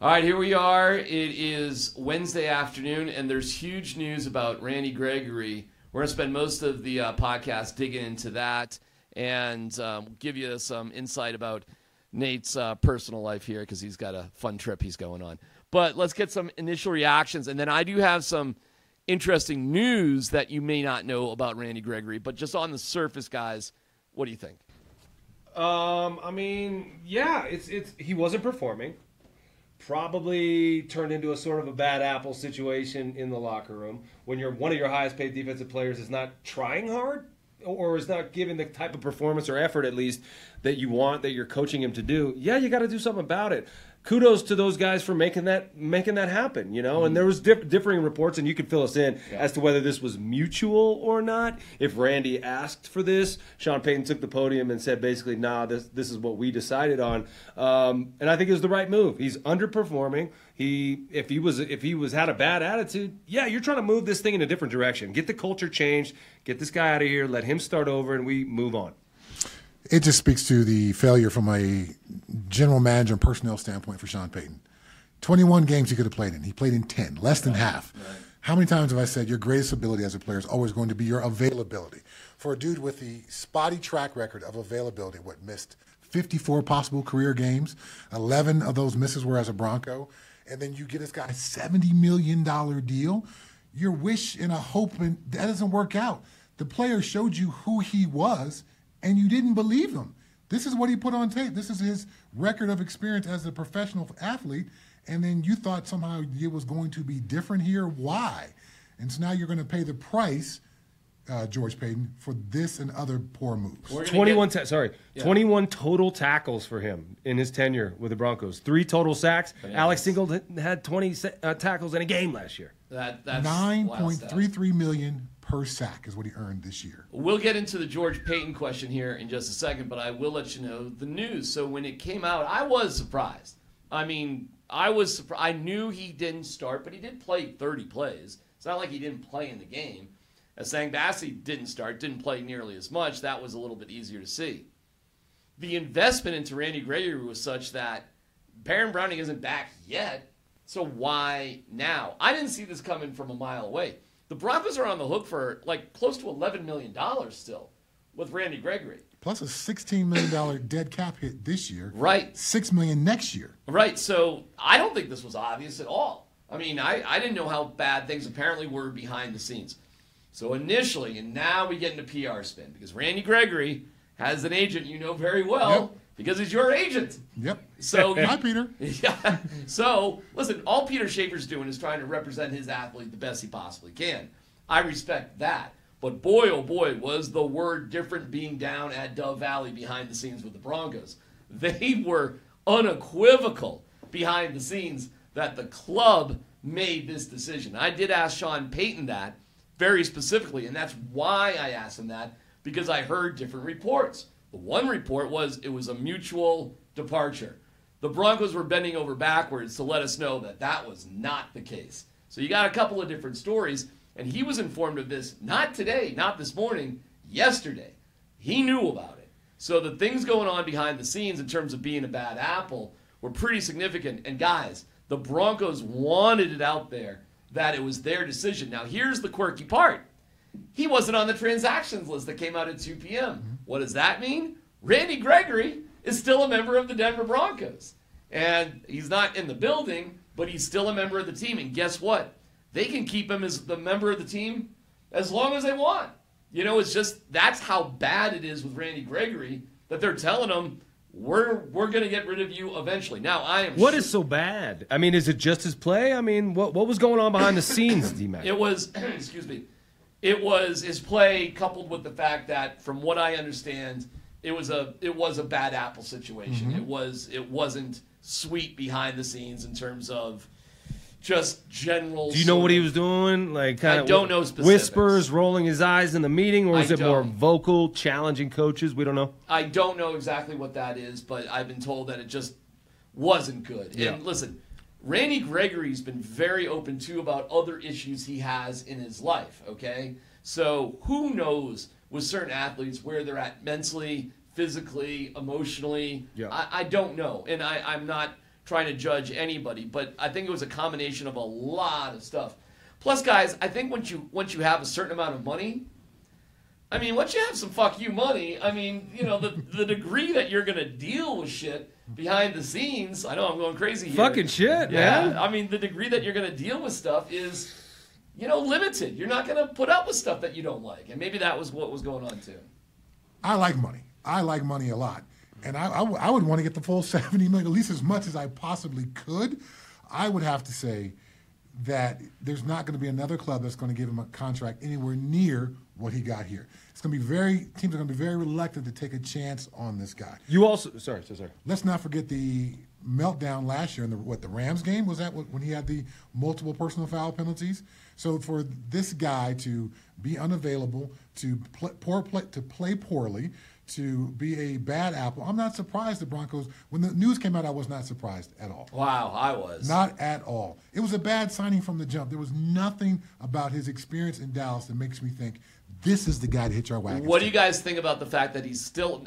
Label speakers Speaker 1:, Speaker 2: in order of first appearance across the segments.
Speaker 1: All right, here we are. It is Wednesday afternoon, and there's huge news about Randy Gregory. We're going to spend most of the uh, podcast digging into that and um, give you some insight about Nate's uh, personal life here because he's got a fun trip he's going on. But let's get some initial reactions, and then I do have some interesting news that you may not know about Randy Gregory. But just on the surface, guys, what do you think?
Speaker 2: Um, I mean, yeah, it's it's he wasn't performing. Probably turned into a sort of a bad apple situation in the locker room when your one of your highest paid defensive players is not trying hard or is not giving the type of performance or effort at least that you want that you're coaching him to do. Yeah, you got to do something about it. Kudos to those guys for making that making that happen, you know. And there was diff- differing reports, and you could fill us in as to whether this was mutual or not. If Randy asked for this, Sean Payton took the podium and said basically, "Nah, this this is what we decided on." Um, and I think it was the right move. He's underperforming. He if he was if he was had a bad attitude, yeah, you're trying to move this thing in a different direction. Get the culture changed. Get this guy out of here. Let him start over, and we move on.
Speaker 3: it just speaks to the failure from a general manager and personnel standpoint for Sean Payton. 21 games he could have played in. He played in 10, less than half. How many times have I said your greatest ability as a player is always going to be your availability? For a dude with the spotty track record of availability, what missed 54 possible career games, 11 of those misses were as a Bronco, and then you get this guy a $70 million deal, your wish and a hope, and that doesn't work out. The player showed you who he was, and you didn't believe him. This is what he put on tape. This is his record of experience as a professional athlete. And then you thought somehow it was going to be different here. Why? And so now you're going to pay the price, uh, George Payton, for this and other poor moves.
Speaker 1: We're gonna
Speaker 2: 21 ta- sorry 21 total tackles for him in his tenure with the broncos three total sacks alex singleton had 20 sa- uh, tackles in a game last year
Speaker 1: get that. That's wild stuff.
Speaker 3: 9.33 million per sack is what he earned this year.
Speaker 1: We'll get into the George Payton question here in just a second, but I will let you know the news. So when it came out, I was surprised. I mean, I was surprised. I knew he didn't start, but he did play 30 plays. It's not like he didn't play in the game. As Sangbassi didn't start, didn't play nearly as much. That was a little bit easier to see. The investment into Randy Gregory was such that Baron Browning isn't back yet. So why now? I didn't see this coming from a mile away. The Broncos are on the hook for like close to $11 million still with Randy Gregory.
Speaker 3: Plus a $16 million dead cap hit this year.
Speaker 1: Right.
Speaker 3: $6 million next year.
Speaker 1: Right. So I don't think this was obvious at all. I mean, I, I didn't know how bad things apparently were behind the scenes. So initially, and now we get into PR spin because Randy Gregory has an agent you know very well
Speaker 3: Yep.
Speaker 1: because he's your agent.
Speaker 3: Yep.
Speaker 1: So
Speaker 3: Hi, Peter.
Speaker 1: Yeah. So listen, all Peter Schaefer's doing is trying to represent his athlete the best he possibly can. I respect that. But boy, oh boy, was the word different being down at Dove Valley behind the scenes with the Broncos. They were unequivocal behind the scenes that the club made this decision. I did ask Sean Payton that very specifically, and that's why I asked him that because I heard different reports. The one report was it was a mutual departure. The Broncos were bending over backwards to let us know that that was not the case. So you got a couple of different stories, and he was informed of this not today, not this morning, yesterday. He knew about it. So the things going on behind the scenes in terms of being a bad apple were pretty significant. And guys, the Broncos wanted it out there that it was their decision. Now, here's the quirky part he wasn't on the transactions list that came out at 2
Speaker 2: Mm-hmm.
Speaker 1: p.m. What does that mean? Randy Gregory is still a member of the Denver Broncos. And he's not in the building, but he's still a member of the team. And guess what? They can keep him as the member of the team as long as they want. You know, it's just that's how bad it is with Randy Gregory that they're telling him we're we're gonna get rid of you eventually. Now I am
Speaker 2: what
Speaker 1: sure-
Speaker 2: is so bad i mean is it just his play i mean what, what was going on behind the scenes d-mac
Speaker 1: It was, excuse me, it was his play coupled with the fact that, from what I understand, it was a it was a bad apple situation.
Speaker 2: Mm-hmm.
Speaker 1: It was it wasn't sweet behind the scenes in terms of just general.
Speaker 2: do you know
Speaker 1: sort
Speaker 2: what he
Speaker 1: of-
Speaker 2: was doing like kinda
Speaker 1: I don't know
Speaker 2: wh-
Speaker 1: specifics.
Speaker 2: whispers rolling his eyes in the meeting or
Speaker 1: I
Speaker 2: was it more
Speaker 1: don't.
Speaker 2: vocal challenging coaches we don't know
Speaker 1: I don't know exactly what that is, but I've been told that it just wasn't good.
Speaker 2: Yeah.
Speaker 1: And listen, Randy Gregory's been very open too about other issues he has in his life, okay? So who knows with certain athletes where they're at mentally, physically, emotionally.
Speaker 2: Yeah.
Speaker 1: I, I don't know. And I, I'm not trying to judge anybody, but I think it was a combination of a lot of stuff. Plus, guys, I think once you once you have a certain amount of money, I mean, once you have some fuck you money, I mean, you know, the the degree that you're gonna deal with shit behind the scenes. I know I'm going crazy here.
Speaker 4: Fucking shit,
Speaker 1: yeah.
Speaker 4: man.
Speaker 1: I mean, the degree that you're gonna deal with stuff is, you know, limited. You're not gonna put up with stuff that you don't like, and maybe that was what was going on too.
Speaker 3: I like money. I like money a lot. And I, I, w- I would want to get the full 70 million, at least as much as I possibly could. I would have to say that there's not going to be another club that's going to give him a contract anywhere near what he got here. It's going to be very, teams are going to be very reluctant to take a chance on this guy.
Speaker 2: You also sorry, sorry, sorry.
Speaker 3: Let's not forget the meltdown last year in the what the Rams game was that when he had the multiple personal foul penalties. So for this guy to be unavailable, to pl- poor play, to play poorly, to be a bad apple, I'm not surprised the Broncos. When the news came out, I was not surprised at all.
Speaker 1: Wow, I was.
Speaker 3: Not at all. It was a bad signing from the jump. There was nothing about his experience in Dallas that makes me think this is the guy to hit our wagon.
Speaker 1: what do you guys think about the fact that he's still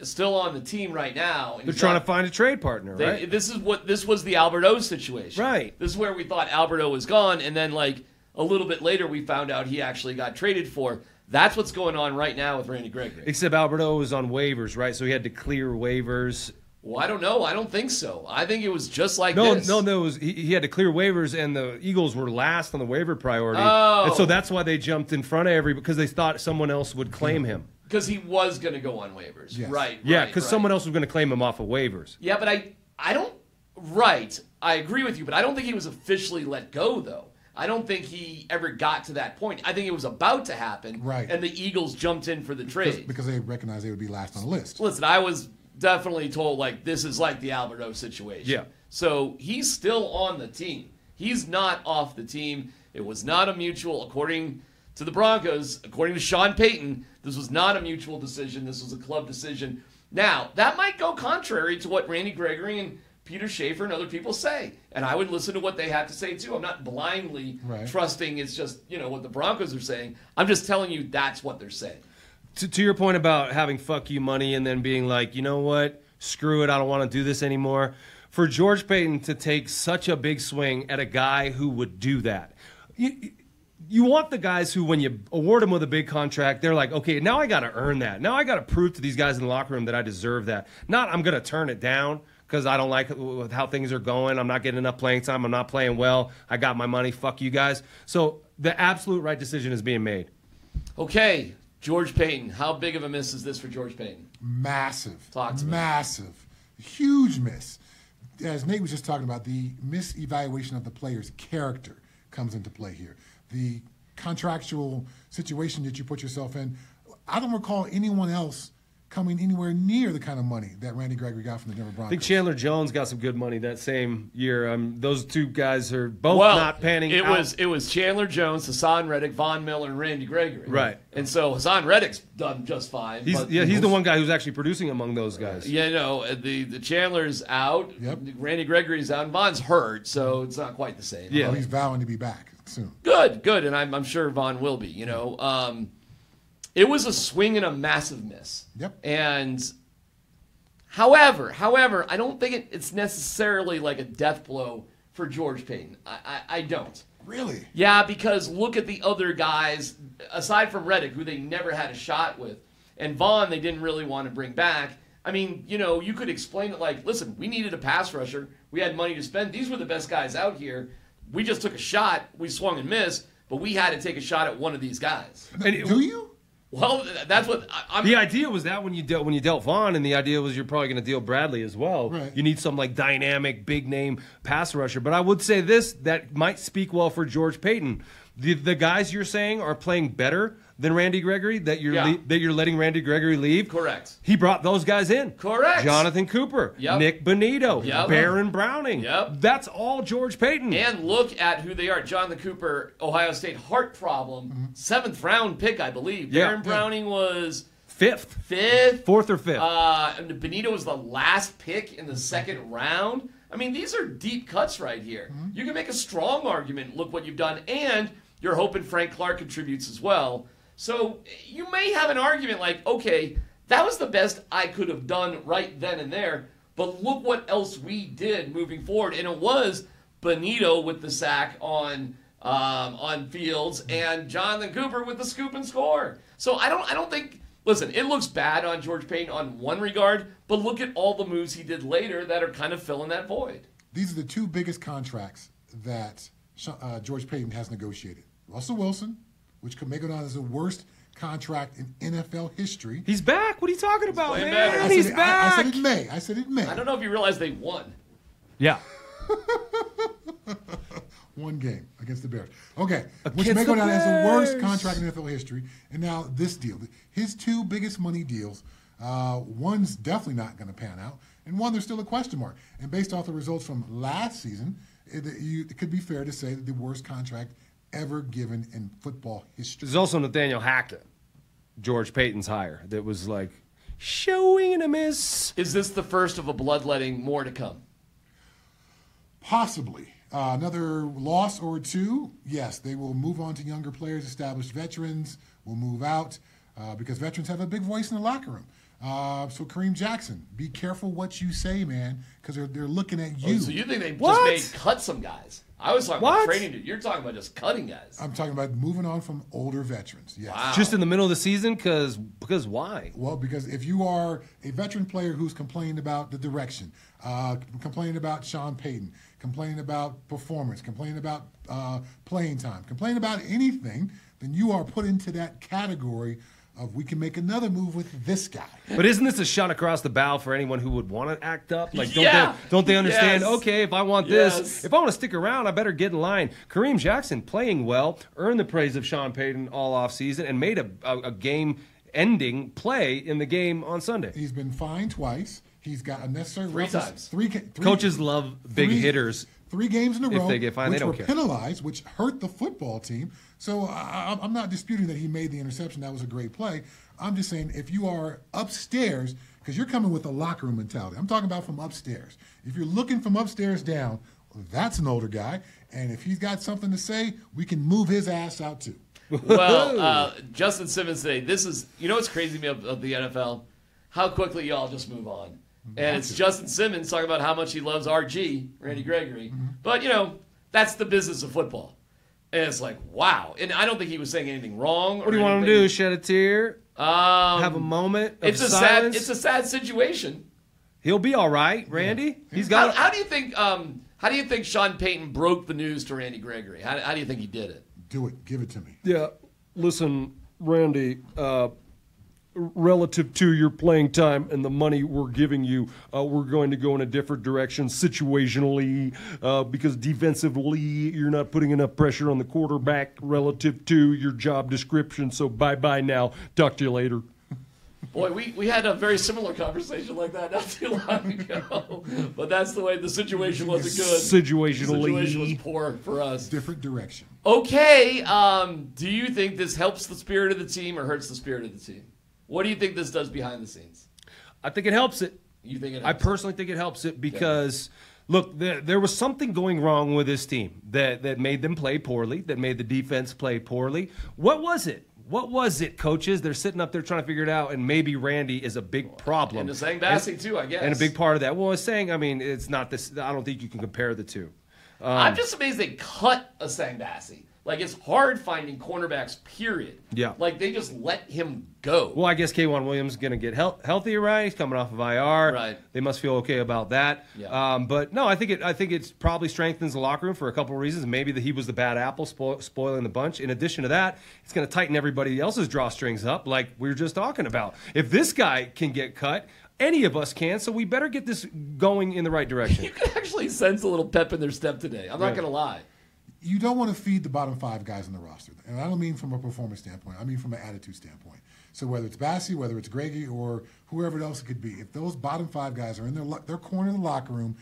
Speaker 1: still on the team right now? and
Speaker 2: They're
Speaker 1: he's
Speaker 2: trying
Speaker 1: not-
Speaker 2: to find a trade partner,
Speaker 1: They,
Speaker 2: right?
Speaker 1: This is what this was the Alberto situation.
Speaker 2: Right.
Speaker 1: This is where we thought Alberto was gone, and then like a little bit later, we found out he actually got traded for. That's what's going on right now with Randy Gregory.
Speaker 2: Except Alberto was on waivers, right? So he had to clear waivers.
Speaker 1: Well, I don't know. I don't think so. I think it was just like
Speaker 2: No,
Speaker 1: this.
Speaker 2: no, no. It was, he, he had to clear waivers, and the Eagles were last on the waiver priority,
Speaker 1: Oh.
Speaker 2: and so that's why they jumped in front of every because they thought someone else would claim him.
Speaker 1: because he was going to go on waivers.
Speaker 3: Yes.
Speaker 1: Right.
Speaker 2: Yeah,
Speaker 1: right,
Speaker 2: because
Speaker 1: right.
Speaker 2: someone else was going to claim him off of waivers.
Speaker 1: Yeah, but I I don't right. I agree with you, but I don't think he was officially let go though. I don't think he ever got to that point. I think it was about to happen.
Speaker 3: Right.
Speaker 1: And the Eagles jumped in for the trade.
Speaker 3: Because they recognized they would be last on the list.
Speaker 1: Listen, I was definitely told like this is like the Alberto situation.
Speaker 2: Yeah.
Speaker 1: So he's still on the team. He's not off the team. It was not a mutual, according to the Broncos, according to Sean Payton. This was not a mutual decision. This was a club decision. Now that might go contrary to what Randy Gregory and Peter Schaefer and other people say, and I would listen to what they have to say too. I'm not blindly
Speaker 3: Right.
Speaker 1: trusting it's just you know what the Broncos are saying. I'm just telling you that's what they're saying.
Speaker 2: To, to your point about having fuck you money and then being like, you know what, screw it, I don't want to do this anymore. For George Payton to take such a big swing at a guy who would do that, you, you want the guys who, when you award them with a big contract, they're like, okay, now I got to earn that. Now I got to prove to these guys in the locker room that I deserve that. Not I'm going to turn it down because I don't like wh- how things are going. I'm not getting enough playing time. I'm not playing well. I got my money. Fuck you guys. So the absolute right decision is being made.
Speaker 1: Okay, George Payton. How big of a miss is this for George Payton?
Speaker 3: massive,
Speaker 1: Talk to me.
Speaker 3: massive, huge miss. As Nate was just talking about, the misevaluation of the player's character comes into play here. The contractual situation that you put yourself in. I don't recall anyone else coming anywhere near the kind of money that Randy Gregory got from the Denver
Speaker 2: I think
Speaker 3: Broncos.
Speaker 2: Chandler Jones got some good money that same year. Um, those two guys are both not panning
Speaker 1: It
Speaker 2: out.
Speaker 1: was it was Chandler Jones, Hassan Reddick, Von Miller, and Randy Gregory.
Speaker 2: Right.
Speaker 1: And so Hassan Reddick's done just fine.
Speaker 2: He's,
Speaker 1: but,
Speaker 2: yeah, he's the one guy who's actually producing among those guys.
Speaker 1: You know, uh, the the Chandler's out.
Speaker 3: Yep.
Speaker 1: Randy Gregory's out. And Von's hurt, so it's not quite the same.
Speaker 2: Yeah.
Speaker 3: Oh, he's vowing to be back soon.
Speaker 1: Good, good, and I'm, I'm sure Von will be. You know, um, it was a swing and a massive miss.
Speaker 3: Yep.
Speaker 1: And however, however, I don't think it, it's necessarily like a death blow for George Payton. I, I, I don't.
Speaker 3: Really?
Speaker 1: Yeah, because look at the other guys aside from Reddick, who they never had a shot with, and Vaughn they didn't really want to bring back. I mean, you know, you could explain it like, listen, we needed a pass rusher. We had money to spend. These were the best guys out here. We just took a shot. We swung and missed, but we had to take a shot at one of these guys.
Speaker 2: And it-
Speaker 3: Do you?
Speaker 1: Well, th- that's what I- I'm.
Speaker 2: the idea was that when you dealt when you dealt Vaughn, and the idea was you're probably going to deal Bradley as well.
Speaker 3: Right.
Speaker 2: You need some like dynamic, big name pass rusher. But I would say this that might speak well for George Payton. The, the guys you're saying are playing better than Randy Gregory. That you're
Speaker 1: Yeah.
Speaker 2: le- that you're letting Randy Gregory leave.
Speaker 1: Correct.
Speaker 2: He brought those guys in.
Speaker 1: Correct.
Speaker 2: Jonathan Cooper.
Speaker 1: Yep.
Speaker 2: Nick Bonito.
Speaker 1: Yep.
Speaker 2: Baron Browning.
Speaker 1: Yep.
Speaker 2: That's all George Payton.
Speaker 1: And look at who they are. John the Cooper, Ohio State heart problem, seventh round pick, I believe.
Speaker 2: Yeah.
Speaker 1: Darren Browning was
Speaker 2: fifth,
Speaker 1: fifth.
Speaker 2: fourth or fifth.
Speaker 1: Uh, and Benito was the last pick in the second round. I mean, these are deep cuts right here. You can make a strong argument. Look what you've done, and you're hoping Frank Clark contributes as well. So you may have an argument like, okay, that was the best I could have done right then and there. But look what else we did moving forward, and it was Benito with the sack on um, on Fields and Jonathan Cooper with the scoop and score. So I don't I don't think. Listen, it looks bad on George Payton on one regard, but look at all the moves he did later that are kind of filling that void.
Speaker 3: These are the two biggest contracts that Sh- uh, George Payton has negotiated. Russell Wilson, which could make it on as the worst contract in NFL history.
Speaker 2: He's back. What are you talking about,
Speaker 1: playing
Speaker 2: man?
Speaker 1: back. I
Speaker 3: I said
Speaker 2: He's
Speaker 3: it- I, I
Speaker 2: back.
Speaker 3: said it May. I said it May.
Speaker 1: I don't know if you realize they won.
Speaker 2: yeah.
Speaker 3: One game against the Bears. Okay, which
Speaker 2: Against
Speaker 3: may go
Speaker 2: the
Speaker 3: down as the worst
Speaker 2: Bears.
Speaker 3: contract in NFL history. And now this deal, his two biggest money deals, uh, one's definitely not going to pan out, and one there's still a question mark. And based off the results from last season, it, it- you, it could be fair to say that the worst contract ever given in football history.
Speaker 2: There's also Nathaniel Hackett, George Payton's hire, that was like showing and a miss.
Speaker 1: Is this the first of a bloodletting? More to come.
Speaker 3: Possibly. Uh, another loss or two. Yes, they will move on to younger players, established veterans will move out uh, because veterans have a big voice in the locker room. Uh, so, Kareem Jackson, be careful what you say, man, because they're, they're looking at you.
Speaker 1: So you think they
Speaker 2: What?
Speaker 1: just made cut some guys? I was talking
Speaker 2: What?
Speaker 1: about training. dude. You're talking about just cutting guys.
Speaker 3: I'm talking about moving on from older veterans. Yes.
Speaker 1: Wow.
Speaker 2: Just in the middle of the season, because because why?
Speaker 3: Well, because if you are a veteran player who's complained about the direction, uh, complained about Sean Payton, complained about performance, complained about uh, playing time, complained about anything, then you are put into that category of we can make another move with this guy.
Speaker 2: But isn't this a shot across the bow for anyone who would want to act up? Like, don't
Speaker 1: Yeah.
Speaker 2: they, don't they understand?
Speaker 1: Yes.
Speaker 2: Okay, if I want this,
Speaker 1: Yes.
Speaker 2: if I want to stick around, I better get in line. Kareem Jackson playing well, earned the praise of Sean Payton all offseason, and made a, a, a game-ending play in the game on Sunday.
Speaker 3: He's been fined twice. He's got unnecessary
Speaker 1: Three
Speaker 3: roughness-
Speaker 1: times.
Speaker 3: Three, ca- three
Speaker 2: Coaches love big
Speaker 3: three-
Speaker 2: hitters.
Speaker 3: Three games in a
Speaker 2: If
Speaker 3: row.
Speaker 2: they get fined, they
Speaker 3: which
Speaker 2: don't
Speaker 3: were
Speaker 2: care.
Speaker 3: penalized, which hurt the football team. So I, I- I'm not disputing that he made the interception. That was a great play. I'm just saying if you are upstairs, because you're coming with a locker room mentality. I'm talking about from upstairs. If you're looking from upstairs down, that's an older guy, and if he's got something to say, we can move his ass out too.
Speaker 1: well, uh, Justin Simmons today. This is you know what's crazy to me of, of the NFL, how quickly y'all just move on. And it's Justin Simmons talking about how much he loves RG Randy
Speaker 2: Mm-hmm.
Speaker 1: Gregory, but you know that's the business of football. And it's like wow. And I don't think he was saying anything wrong.
Speaker 2: What do you want him to do? Shed a tear?
Speaker 1: Um,
Speaker 2: Have a moment of
Speaker 1: it's a sad.
Speaker 2: silence?
Speaker 1: It's a sad situation.
Speaker 2: He'll be all right, Randy. He's
Speaker 1: How,
Speaker 2: got.
Speaker 1: how do you think? Um, how do you think Sean Payton broke the news to Randy Gregory? How, how do you think he did it?
Speaker 3: Do it. Give it to me.
Speaker 2: Yeah. Listen, Randy, uh, relative to your playing time and the money we're giving you, uh, we're going to go in a different direction situationally uh, because defensively, you're not putting enough pressure on the quarterback relative to your job description. So bye bye now. Talk to you later.
Speaker 1: Boy, we, we had a very similar conversation like that not too long ago. But that's the way the situation wasn't good. The situation was
Speaker 2: Situationally.
Speaker 1: poor for us.
Speaker 3: Different direction.
Speaker 1: Okay, um, do you think this helps the spirit of the team or hurts the spirit of the team? What do you think this does behind the scenes?
Speaker 2: I think it helps it.
Speaker 1: You think it
Speaker 2: I
Speaker 1: helps?
Speaker 2: personally think it helps it because look, there, there was something going wrong with this team that that made them play poorly, that made the defense play poorly. What was it? What was it, coaches? They're sitting up there trying to figure it out, and maybe Randy is a big problem.
Speaker 1: and the Zang Bassey, too, I guess.
Speaker 2: And a big part of that. Well, I was saying, I mean, it's not this. I don't think you can compare the two. um,
Speaker 1: I'm just amazed they cut a Sangbassy. Like, it's hard finding cornerbacks, period.
Speaker 2: Yeah.
Speaker 1: Like, they just let him go.
Speaker 2: Well, I guess Kwan Williams is going to get health, healthier, right? He's coming off of IR.
Speaker 1: Right.
Speaker 2: They must feel okay about that.
Speaker 1: Yeah.
Speaker 2: Um, but no, I think it. I think it's probably strengthens the locker room for a couple of reasons. Maybe that he was the bad apple, spo- spoiling the bunch. In addition to that, it's going to tighten everybody else's drawstrings up, like we were just talking about. If this guy can get cut, any of us can. So we better get this going in the right direction.
Speaker 1: you can actually sense a little pep in their step today. I'm not
Speaker 2: Right.
Speaker 1: going to lie.
Speaker 3: you don't want to feed the bottom five guys on the roster. And I don't mean from a performance standpoint, I mean from an attitude standpoint. So whether it's Bassie, whether it's Greggy, or whoever else it could be, if those bottom five guys are in their, lo- their corner of the locker room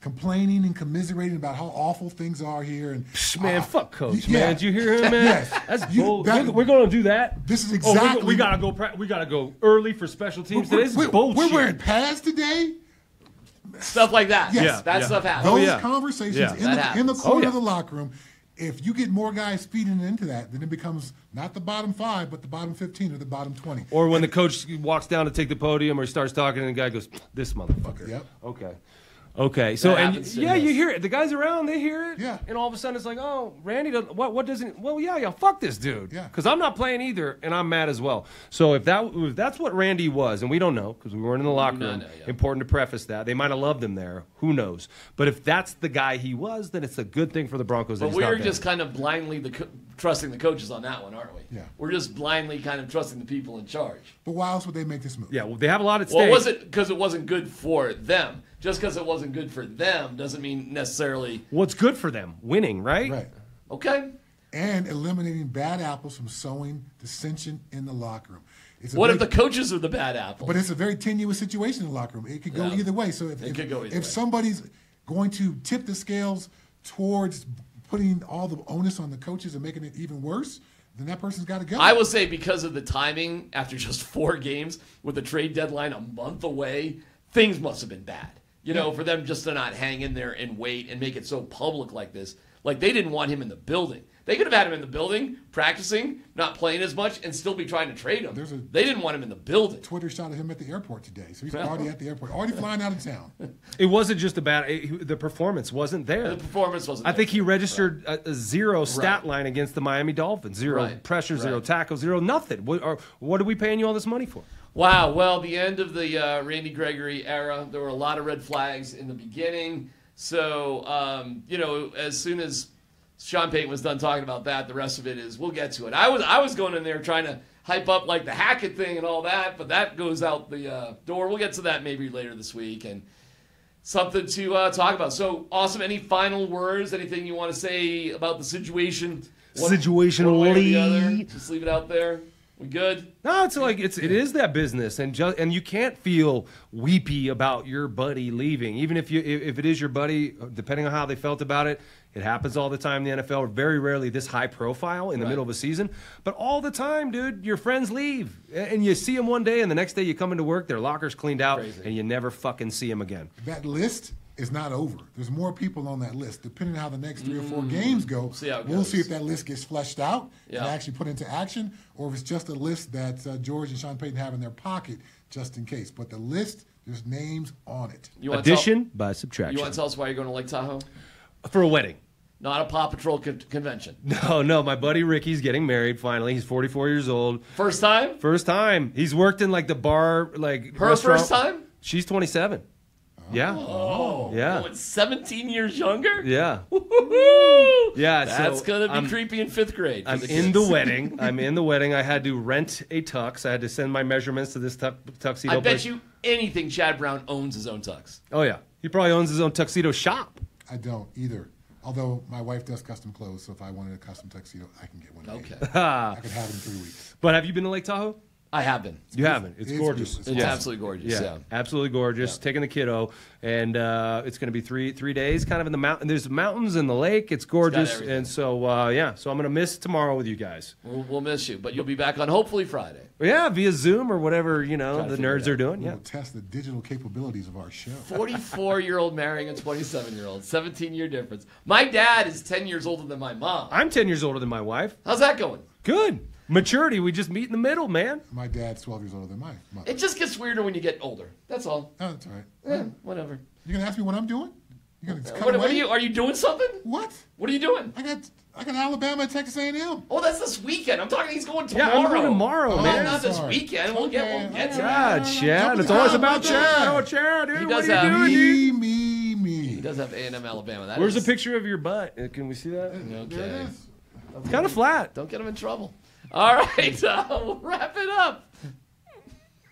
Speaker 3: complaining and commiserating about how awful things are here and
Speaker 2: Psh, Man,
Speaker 3: Ah,
Speaker 2: fuck coach,
Speaker 3: y- yeah.
Speaker 2: man. Did you hear him, man?
Speaker 3: Yes.
Speaker 2: That's
Speaker 3: You-
Speaker 2: bull.
Speaker 3: that-
Speaker 2: we're, going to do that.
Speaker 3: This is
Speaker 2: Oh, we're go-
Speaker 3: exactly-
Speaker 2: we gotta go. pra- we gotta go early for special teams. today. This is
Speaker 3: we're,
Speaker 2: bullshit.
Speaker 3: we're wearing pads today?
Speaker 1: Stuff like that.
Speaker 3: Yes.
Speaker 1: That
Speaker 2: Yeah.
Speaker 1: stuff happens.
Speaker 3: Those
Speaker 2: yeah.
Speaker 3: conversations
Speaker 2: Oh, Yeah.
Speaker 3: in,
Speaker 1: That
Speaker 3: the, in the
Speaker 1: happens.
Speaker 3: corner
Speaker 2: Oh, yeah.
Speaker 3: of the locker room. If you get more guys feeding into that, then it becomes not the bottom five, but the bottom 15 or the bottom 20.
Speaker 2: Or when the coach walks down to take the podium or he starts talking and the guy goes, this motherfucker.
Speaker 3: Yep.
Speaker 2: Okay. Okay. So,
Speaker 1: That
Speaker 2: and
Speaker 1: happens to
Speaker 2: yeah,
Speaker 1: us.
Speaker 2: you hear it. The guys around, they hear it.
Speaker 3: Yeah.
Speaker 2: And all of a sudden it's like, oh, Randy, doesn't, what, what doesn't, well, yeah, yeah, fuck this dude.
Speaker 3: Yeah.
Speaker 2: Because I'm not playing either and I'm mad as well. So if that if that's what Randy was, and we don't know because we weren't in the locker
Speaker 1: No,
Speaker 2: room,
Speaker 1: no, yeah.
Speaker 2: important to preface that. They might have loved him there. Who knows? But if that's the guy he was, then it's a good thing for the Broncos. that
Speaker 1: But
Speaker 2: he's
Speaker 1: we
Speaker 2: not
Speaker 1: are
Speaker 2: there.
Speaker 1: just kind of blindly the co- trusting the coaches on that one, aren't we?
Speaker 3: Yeah.
Speaker 1: We're just blindly kind of trusting the people in charge.
Speaker 3: But why else would they make this move?
Speaker 2: Yeah, well, they have a lot at stake.
Speaker 1: Well, it wasn't because it wasn't good for them. Just because it wasn't good for them doesn't mean necessarily
Speaker 2: What's good for them? Winning, right?
Speaker 3: Right.
Speaker 1: okay.
Speaker 3: And eliminating bad apples from sowing dissension in the locker room. It's a
Speaker 1: What if
Speaker 3: very-
Speaker 1: the coaches are the bad apple?
Speaker 3: But it's a very tenuous situation in the locker room. It could go
Speaker 1: Yeah.
Speaker 3: either way. So if,
Speaker 1: It
Speaker 3: if,
Speaker 1: could go either
Speaker 3: if
Speaker 1: way.
Speaker 3: somebody's going to tip the scales towards putting all the onus on the coaches and making it even worse, then that person's got to go.
Speaker 1: I will say because of the timing, after just four games with the trade deadline a month away, things must have been bad. You know, for them just to not hang in there and wait and make it so public like this. Like they didn't want him in the building. They could have had him in the building, practicing, not playing as much, and still be trying to trade him.
Speaker 3: There's a-
Speaker 1: they didn't want him in the building.
Speaker 3: Twitter shot at him at the airport today, so he's already at the airport, already flying out of town.
Speaker 2: It wasn't just about it, the performance wasn't there.
Speaker 1: The performance wasn't.
Speaker 2: I
Speaker 1: there.
Speaker 2: think he registered a, a zero stat line against the Miami Dolphins. Zero
Speaker 1: Right,
Speaker 2: pressure, zero
Speaker 1: right.
Speaker 2: tackle, zero nothing. What are, what are we paying you all this money for?
Speaker 1: Wow. Well, the end of the uh, Randy Gregory era, there were a lot of red flags in the beginning. So, um, you know, as soon as Sean Payton was done talking about that, the rest of it is we'll get to it. I was I was going in there trying to hype up like the Hackett thing and all that, but that goes out the uh, door. We'll get to that maybe later this week and something to uh, talk about. So, awesome. Any final words? Anything you want to say about the situation? One-
Speaker 2: Situationally.
Speaker 1: one way or the other? Just leave it out there. We good?
Speaker 2: No, it's like it's it is that business, and just and you can't feel weepy about your buddy leaving, even if you if if it is your buddy. Depending on how they felt about it, it happens all the time in the NFL. Very rarely this high profile in the
Speaker 1: Right.
Speaker 2: middle of a season, but all the time, dude, your friends leave, A- and you see them one day, and the next day you come into work, their lockers cleaned out,
Speaker 1: Crazy.
Speaker 2: and you never fucking see them again.
Speaker 3: That list is not over. There's more people on that list. Depending on how the next three or four games go,
Speaker 1: Mm. See how it
Speaker 3: we'll
Speaker 1: goes.
Speaker 3: see if that list gets fleshed out
Speaker 1: Yeah.
Speaker 3: and actually put into action, or if it's just a list that uh, George and Sean Payton have in their pocket just in case. But the list, there's names on it.
Speaker 1: You wanna tell-
Speaker 2: Addition by subtraction
Speaker 1: You want to tell us why you're going to Lake Tahoe?
Speaker 2: for a wedding.
Speaker 1: Not a Paw Patrol co- convention.
Speaker 2: No, no, my buddy Ricky's getting married finally. He's 44 years old.
Speaker 1: First time?
Speaker 2: First time. He's worked in like the bar, like
Speaker 1: Her
Speaker 2: restaurant.
Speaker 1: first time?
Speaker 2: She's 27. Yeah.
Speaker 1: Oh,
Speaker 2: Yeah.
Speaker 1: oh, it's 17 years younger?
Speaker 2: Yeah.
Speaker 1: Woo-hoo-hoo!
Speaker 2: Yeah,
Speaker 1: That's
Speaker 2: so
Speaker 1: going to be
Speaker 2: I'm-
Speaker 1: creepy in fifth grade. for
Speaker 2: I'm
Speaker 1: kids.
Speaker 2: in the wedding. I'm in the wedding. I had to rent a tux. I had to send my measurements to this tu- tuxedo.
Speaker 1: I bet
Speaker 2: place.
Speaker 1: you anything Chad Brown owns his own tux.
Speaker 2: Oh, yeah. He probably owns his own tuxedo shop.
Speaker 3: I don't either. Although my wife does custom clothes, so if I wanted a custom tuxedo, I can get one. made.
Speaker 1: Okay.
Speaker 3: I could have it in three weeks.
Speaker 2: But have you been to Lake Tahoe?
Speaker 1: I have been.
Speaker 2: You haven't. It's
Speaker 3: It's
Speaker 2: gorgeous.
Speaker 3: beautiful.
Speaker 1: It's
Speaker 3: Yeah.
Speaker 1: absolutely gorgeous. Yeah.
Speaker 2: Yeah, absolutely gorgeous. Taking the kiddo, and uh, it's going to be three three days, kind of in the mountain. There's mountains and the lake. It's gorgeous,
Speaker 1: everything.
Speaker 2: and so uh, yeah. So I'm going to miss tomorrow with you guys.
Speaker 1: We'll, we'll miss you, but you'll be back on hopefully Friday.
Speaker 2: But yeah, via Zoom or whatever you know
Speaker 1: Trying to
Speaker 2: the
Speaker 1: figure it
Speaker 2: nerds
Speaker 1: out.
Speaker 2: are
Speaker 1: Mm-hmm.
Speaker 2: doing.
Speaker 3: We
Speaker 2: Yeah,
Speaker 3: will test the digital capabilities of our show.
Speaker 1: 44 year old marrying a 27 year old, 17 year difference. My dad is 10 years older than my mom.
Speaker 2: I'm ten years older than my wife.
Speaker 1: How's that going?
Speaker 2: Good maturity. We just meet in the middle, man.
Speaker 3: My dad's 12 years older than my mother.
Speaker 1: It just gets weirder when you get older. That's all.
Speaker 3: Oh, that's all right.
Speaker 1: Eh, whatever.
Speaker 3: You're gonna ask me what I'm doing? You're gonna cut
Speaker 1: What,
Speaker 3: away?
Speaker 1: what are you? Are you doing something?
Speaker 3: What?
Speaker 1: What are you doing?
Speaker 3: I got I got Alabama and Texas A&M.
Speaker 1: Oh, that's this weekend. I'm talking. He's going
Speaker 2: Yeah,
Speaker 1: tomorrow.
Speaker 2: I'm going tomorrow,
Speaker 1: Oh,
Speaker 2: man.
Speaker 1: not this
Speaker 3: Sorry.
Speaker 1: weekend. We'll get. We'll
Speaker 3: Okay,
Speaker 1: get to
Speaker 3: all
Speaker 1: that.
Speaker 2: God, Chad. It's always about Chad. Oh, Chad, dude.
Speaker 1: He
Speaker 2: What
Speaker 1: does
Speaker 2: are you
Speaker 1: have-
Speaker 2: doing, dude?
Speaker 3: Me, me, me.
Speaker 1: He does have A&M Alabama. That
Speaker 2: Where's a
Speaker 1: is-
Speaker 2: picture of your butt? Uh, Can we see that?
Speaker 1: Mm-hmm.
Speaker 3: There it
Speaker 1: Okay.
Speaker 3: is.
Speaker 2: It's kind of flat.
Speaker 1: Don't get him in trouble. All right, uh, we'll wrap it up.